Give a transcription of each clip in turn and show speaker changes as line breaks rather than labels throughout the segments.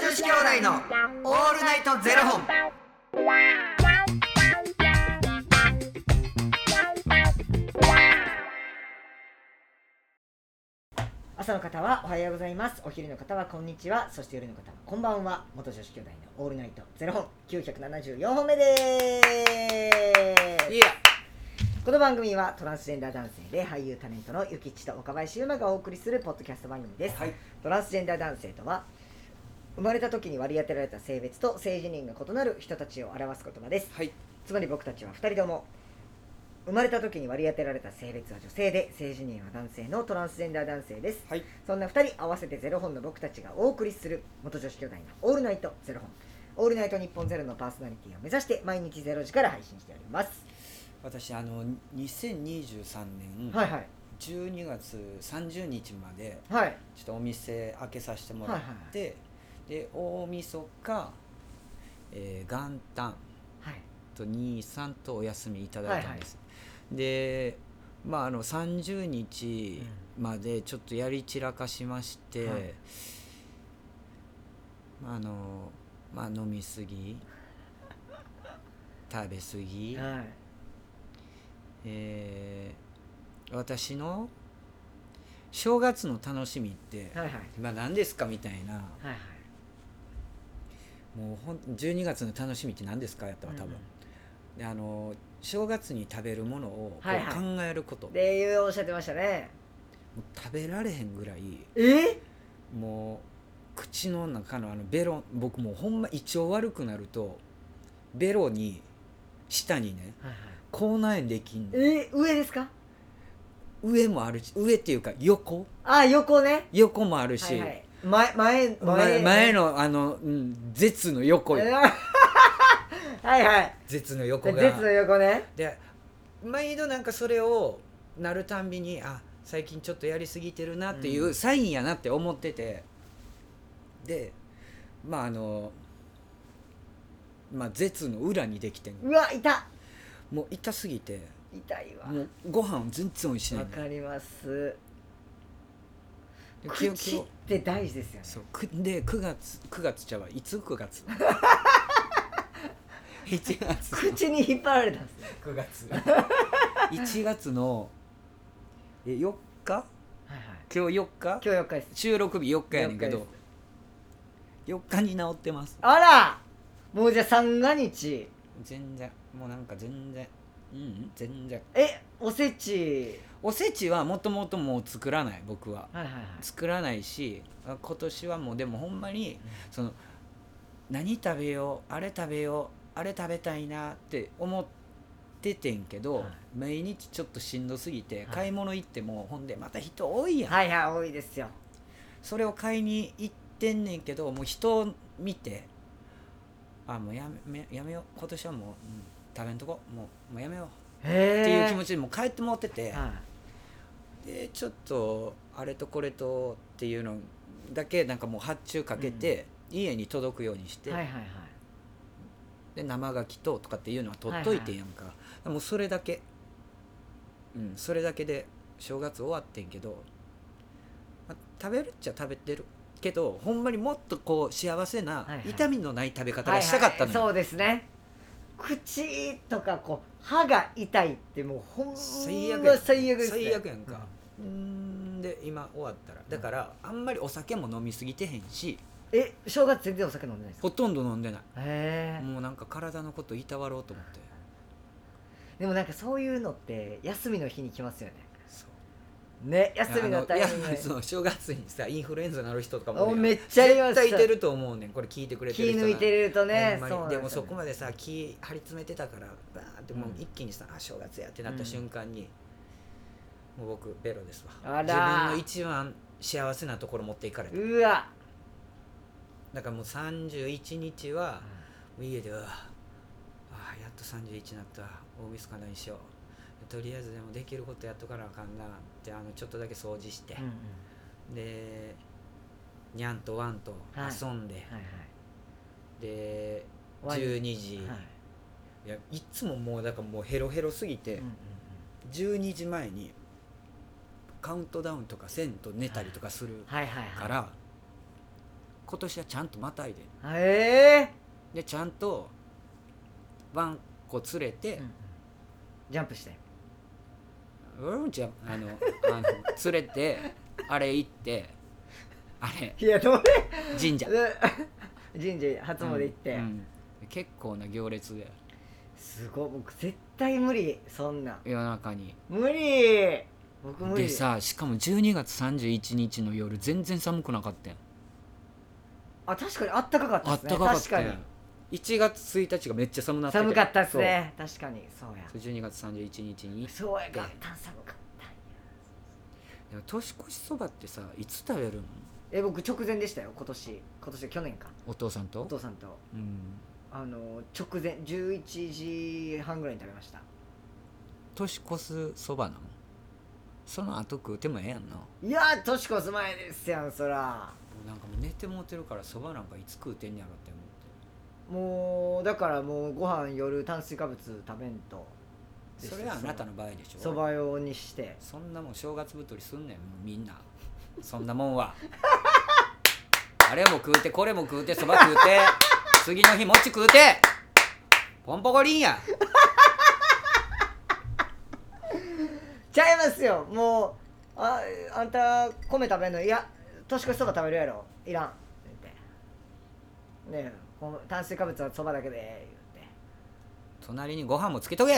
子兄弟のオールナイトゼロ本。
朝の方はおはようございますお昼の方はこんにちはそして夜の方はこんばんは元女子兄弟のオールナイトゼロ本974本目です
いや、
この番組はトランスジェンダー男性で俳優タレントのゆきちと岡林優馬がお送りするポッドキャスト番組です、
はい、
トランスジェンダー男性とは生まれた時に割り当てられた性別と性自認が異なる人たちを表す言葉です
はい、
つまり僕たちは2人とも生まれた時に割り当てられた性別は女性で性自認は男性のトランスジェンダー男性です
はい、
そんな2人合わせてゼロ本の僕たちがお送りする元女子兄弟のオールナイトゼロ本オールナイト日本ゼロのパーソナリティを目指して毎日ゼロ時から配信しております、
私あの2023年
はいはい
12月30日まで
はい
ちょっとお店開けさせてもらって、で大晦日、えー、元旦
はい
と23とお休みいただいたんです、でまああの30日までちょっとやり散らかしまして、
はい
まああのまあ飲みすぎ食べすぎ、
はい
えー私の正月の楽しみって、
はいはい
まあ何ですかみたいな
はいはい
もうほん12月の楽しみって何ですかやったわ多分、であの正月に食べるものをこう
はいはい
考えること、
うんでいうおっしゃってましたね
もう食べられへんぐらい
え
もう口の中のあのベロ僕もうほんま胃腸悪くなるとベロに下にね
はいはい
口内炎できんの
え上ですか
上もあるし上っていうか横
あ横ね
横もある
は
し、
いはい前前
前前のあの、うん、絶の横よ
はいはい
絶の横が
列の横ね
で毎度なんかそれをなるたんびにあ最近ちょっとやりすぎてるなっていううサインやなって思ってて、でまああのまあ舌の裏にできてんの
うわ痛っ
もう痛すぎて
痛いわ
もうご飯全然おいしない
わ
の
かります
で気を気
口っ
を
て大事ですよね
そうくで9月9月ちゃうわいつ9月 1月
口に引っ張られたんですね
9月1月のえ4日
はいはい
今日4日
今日4日です
収録日4日やねんけ
了
ど4日に治ってます
あらもうじゃあ三が日
全然もうなんか全然うん全然
えおせち
おせちはもともともう作らない僕は
はいはいはい
作らないしあ今年はもうでもほんまにその何食べようあれ食べようあれ食べたいなって思っててんけど、
はい
毎日ちょっとしんどすぎて、
い
買い物行ってもほんでまた人多いやん、
はいはい多いですよ
それを買いに行ってんねんけどもう人を見てあもうやめやめよう今年はもう、うん食べんとこもうもうやめよう
へえ
っていう気持
ち
ちでもう帰ってもってて、
は
でちょっとあれとこれとっていうのだけなんかもう発注かけて、家に届くようにし
い
て、
はいはいはい
で生牡蠣ととかっていうのは取っといてんやんか、もうそれだけうんそれだけで正月終わってんけど、まあ食べるっちゃ食べてるけどほんまにもっとこう幸せな、
はいはい
痛みのない食べ方
はい
がしたかったのよ、
そうですね口とかこう歯が痛いってもうほんま
最
最悪
悪や
で
ん
す、ね、
最悪やんか、うーんで今終わったらだからあんまりお酒も飲みすぎてへんし
え正月全然お酒飲んでないですか
ほとんど飲んでない
へえ
もうなんか体のこといたわろうと思って
でもなんかそういうのって休みの日に来ますよね
そう
ね休みのタイミン
あ
グ
のいや
で
そう正月にさインフルエンザなる人とかもお
お
るやん
めっちゃありま
絶
す
対いてると思うねんこれ聞いてくれて
気
る人な
抜いてるとね
ほんまに
そうなん
です
よ
もそこ
ね
までさ気張り詰めてたからバーンってもう一気にさ、あ正月やってなった瞬間に、もう僕ベロですわ
あら
自分の一番幸せなところ持っていかれた
うわ
だからもう31日はもう家ではああやっと31になった大晦日何しようとりあえずでもできることやっとかなあかんなってあのちょっとだけ掃除して、
うんうん
でにゃんとワンと遊んで、
はい
で
はい
12時、
はい
い、やいつももうだからもうヘロヘロすぎ
う
て、
んうん
12時前にカウントダウンとかせんと寝たりとかする
はいはいはい
から、今年はちゃんとまたいで
え
でちゃんとワンコ連れ
え
て、
ジャンプして
うん、じゃあのあの連れてあれ行ってあれ
いやどれ
神 社
神社初詣行って、
うんうん結構な行列です
ごい僕絶対無理そんな
夜中に
無理僕無理
でさしかも12月31日の夜全然寒くなかったやん
あ確かにあったかかったで
あっ
すね
たかかったや
確
ん1月1日がめっちゃ寒な
かに
ったけ
寒
ど
かったですね確かにそうや
そうそう12月31日にで
そうやかった寒かったんや
も年越しそばってさいつ食べるの
え僕直前でしたよ今年今年去年か
お父さんと
お父さんと
うん、
あの直前11時半ぐらいに食べました
年越すそばなのその後食うてもええやんない
やー年越す前ですやんそら
なんかもう寝てもうてるからそばなんかいつ食うてんねやろって思
もうだからもうご飯夜炭水化物食べんと
ってそれはあなたの場合でしょ
そば用にして
そんなもん正月太りすんねんもうみんなそんなもんはあれも食うてこれも食うてそば食うて次の日餅食うてポンポコリンや
ちゃいますよもうああんた米食べんのいや年越しそば食べるやろいらんって言ってねえこの炭水化物はそばだけで言って
隣にご飯もつけとけ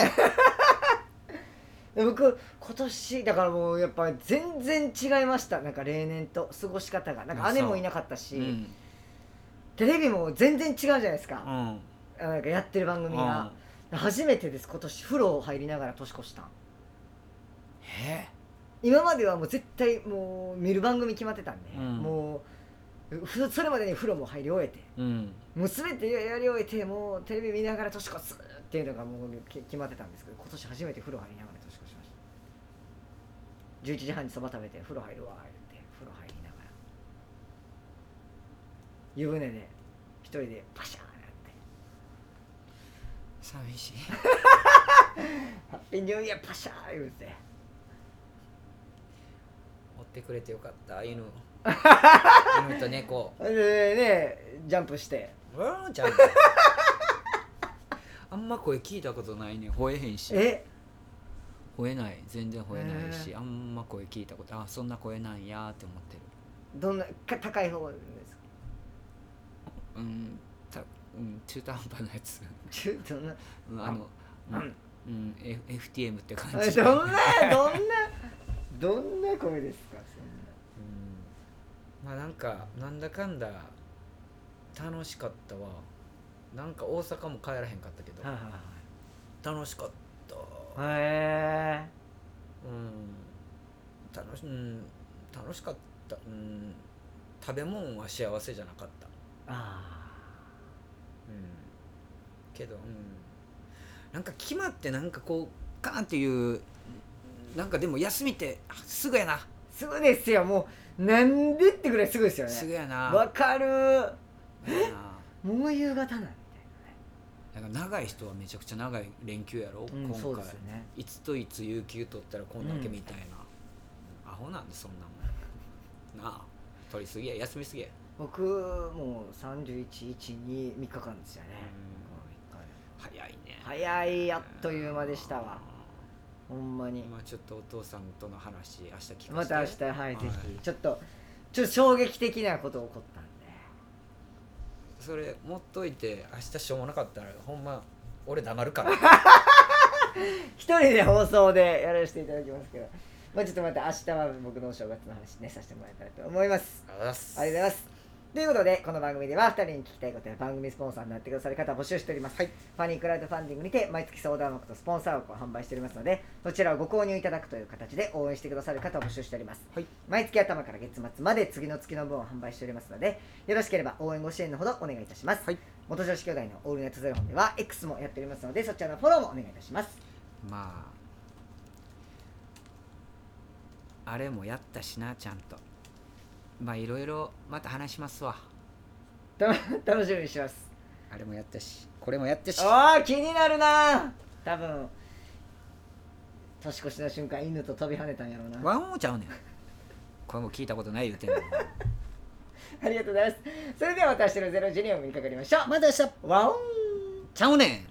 で僕今年だからもうやっぱ全然違いましたなんか例年と過ごし方がなん
あ
か
そ
姉
う
もいなかったし、
うん
テレビも全然違うじゃないです
う
か、
ん
なんかやってる番組が、初めてです今年風呂入りながら年越したん
え
今まではもう絶対もう見る番組決まってたんで、
うん
もうふそれまでに風呂も入り終えて
うん
もう全てやり終えてもうテレビ見ながら年越すっていうのがもうき決まってたんですけど今年初めて風呂入りながら年越しました11時半にそば食べて風呂入るわ言って風呂入りながら湯船で一人でパシャーンやって
寂しい
ハッピーニューイヤーパシャー言うて
追ってくれてよかった犬犬と猫
でねジャンプして
うんちゃんあんま声聞いたことないね吠えへんし
え
吠えない全然吠えないし、
へ
あんま声聞いたことあそんな声なんやーって思ってる
どんなか高い方ですか
うんた、うん、中途半端なや つ
ちょっとな
うんあのう
うんん、
うん、F- FTM っ て
ど
感じ
んなどんなどんな声ですか
うんまあなんかなんだかんだ楽しかったわなんか大阪も帰らへんかったけど
そんなはい
楽しかった
はいはいへえ
うん楽し,、うん、楽しかった、うん、食べ物は幸せじゃなかった
あ
うんけど、うん、なんか決まってなんかこうガーンっていうなんかでも休みってあすぐやな、
あすぐですよもうなんでってぐらいすぐですよ
すぐ
ね
やな
わかる
すぐやな
もう夕方なんみ
なんか長い人はめちゃくちゃ長い連休やろ、
たいなね、
今回
そうですよね
いつといつ有給取ったらこんだけみたいな、アホなんでそんなもんなあ取りすぎや休みすぎや、
僕もう3112日間ですよね、こう
早い
三日
ね
で早いあっという間でしたわほんまに
今ちょっとお父さんとの話明日聞かせて
また明日はい、
い
ぜひちょっとちょっと衝撃的なこと起こったんで
それ持っといて明日しょうもなかったらほんま俺黙るから
一人で放送でやらせていただきますけど、まあ、ちょっとまた明日は僕のお正月の話ねさせてもらえたらと思います
ありがとうございます
ありがとうございますということでこの番組では2人に聞きたいことや番組スポンサーになってくださる方を募集しております、はい、ファニークラウドファンディングにて毎月相談枠とスポンサー枠を販売しておりますのでそちらをご購入いただくという形で応援してくださる方を募集しております、
はい
毎月頭から月末まで次の月の分を販売しておりますのでよろしければ応援ご支援のほどお願いいたします、
はい
元女子兄弟のオールナイトゼロ本では X もやっておりますのでそちらのフォローもお願いいたします
まああれもやったしなちゃんとまあいろいろまた話しますわ
た楽しみにします
あれもやったしこれもやったし
ああ気になるな多分年越しの瞬間犬と飛び跳ねたんやろうな
ワンオーちゃうねんこれも聞いたことない言うてんの
ありがとうございます。それでは私のゼロ時にお目にかかりましょう。
また明日
わおん
ちゃうねん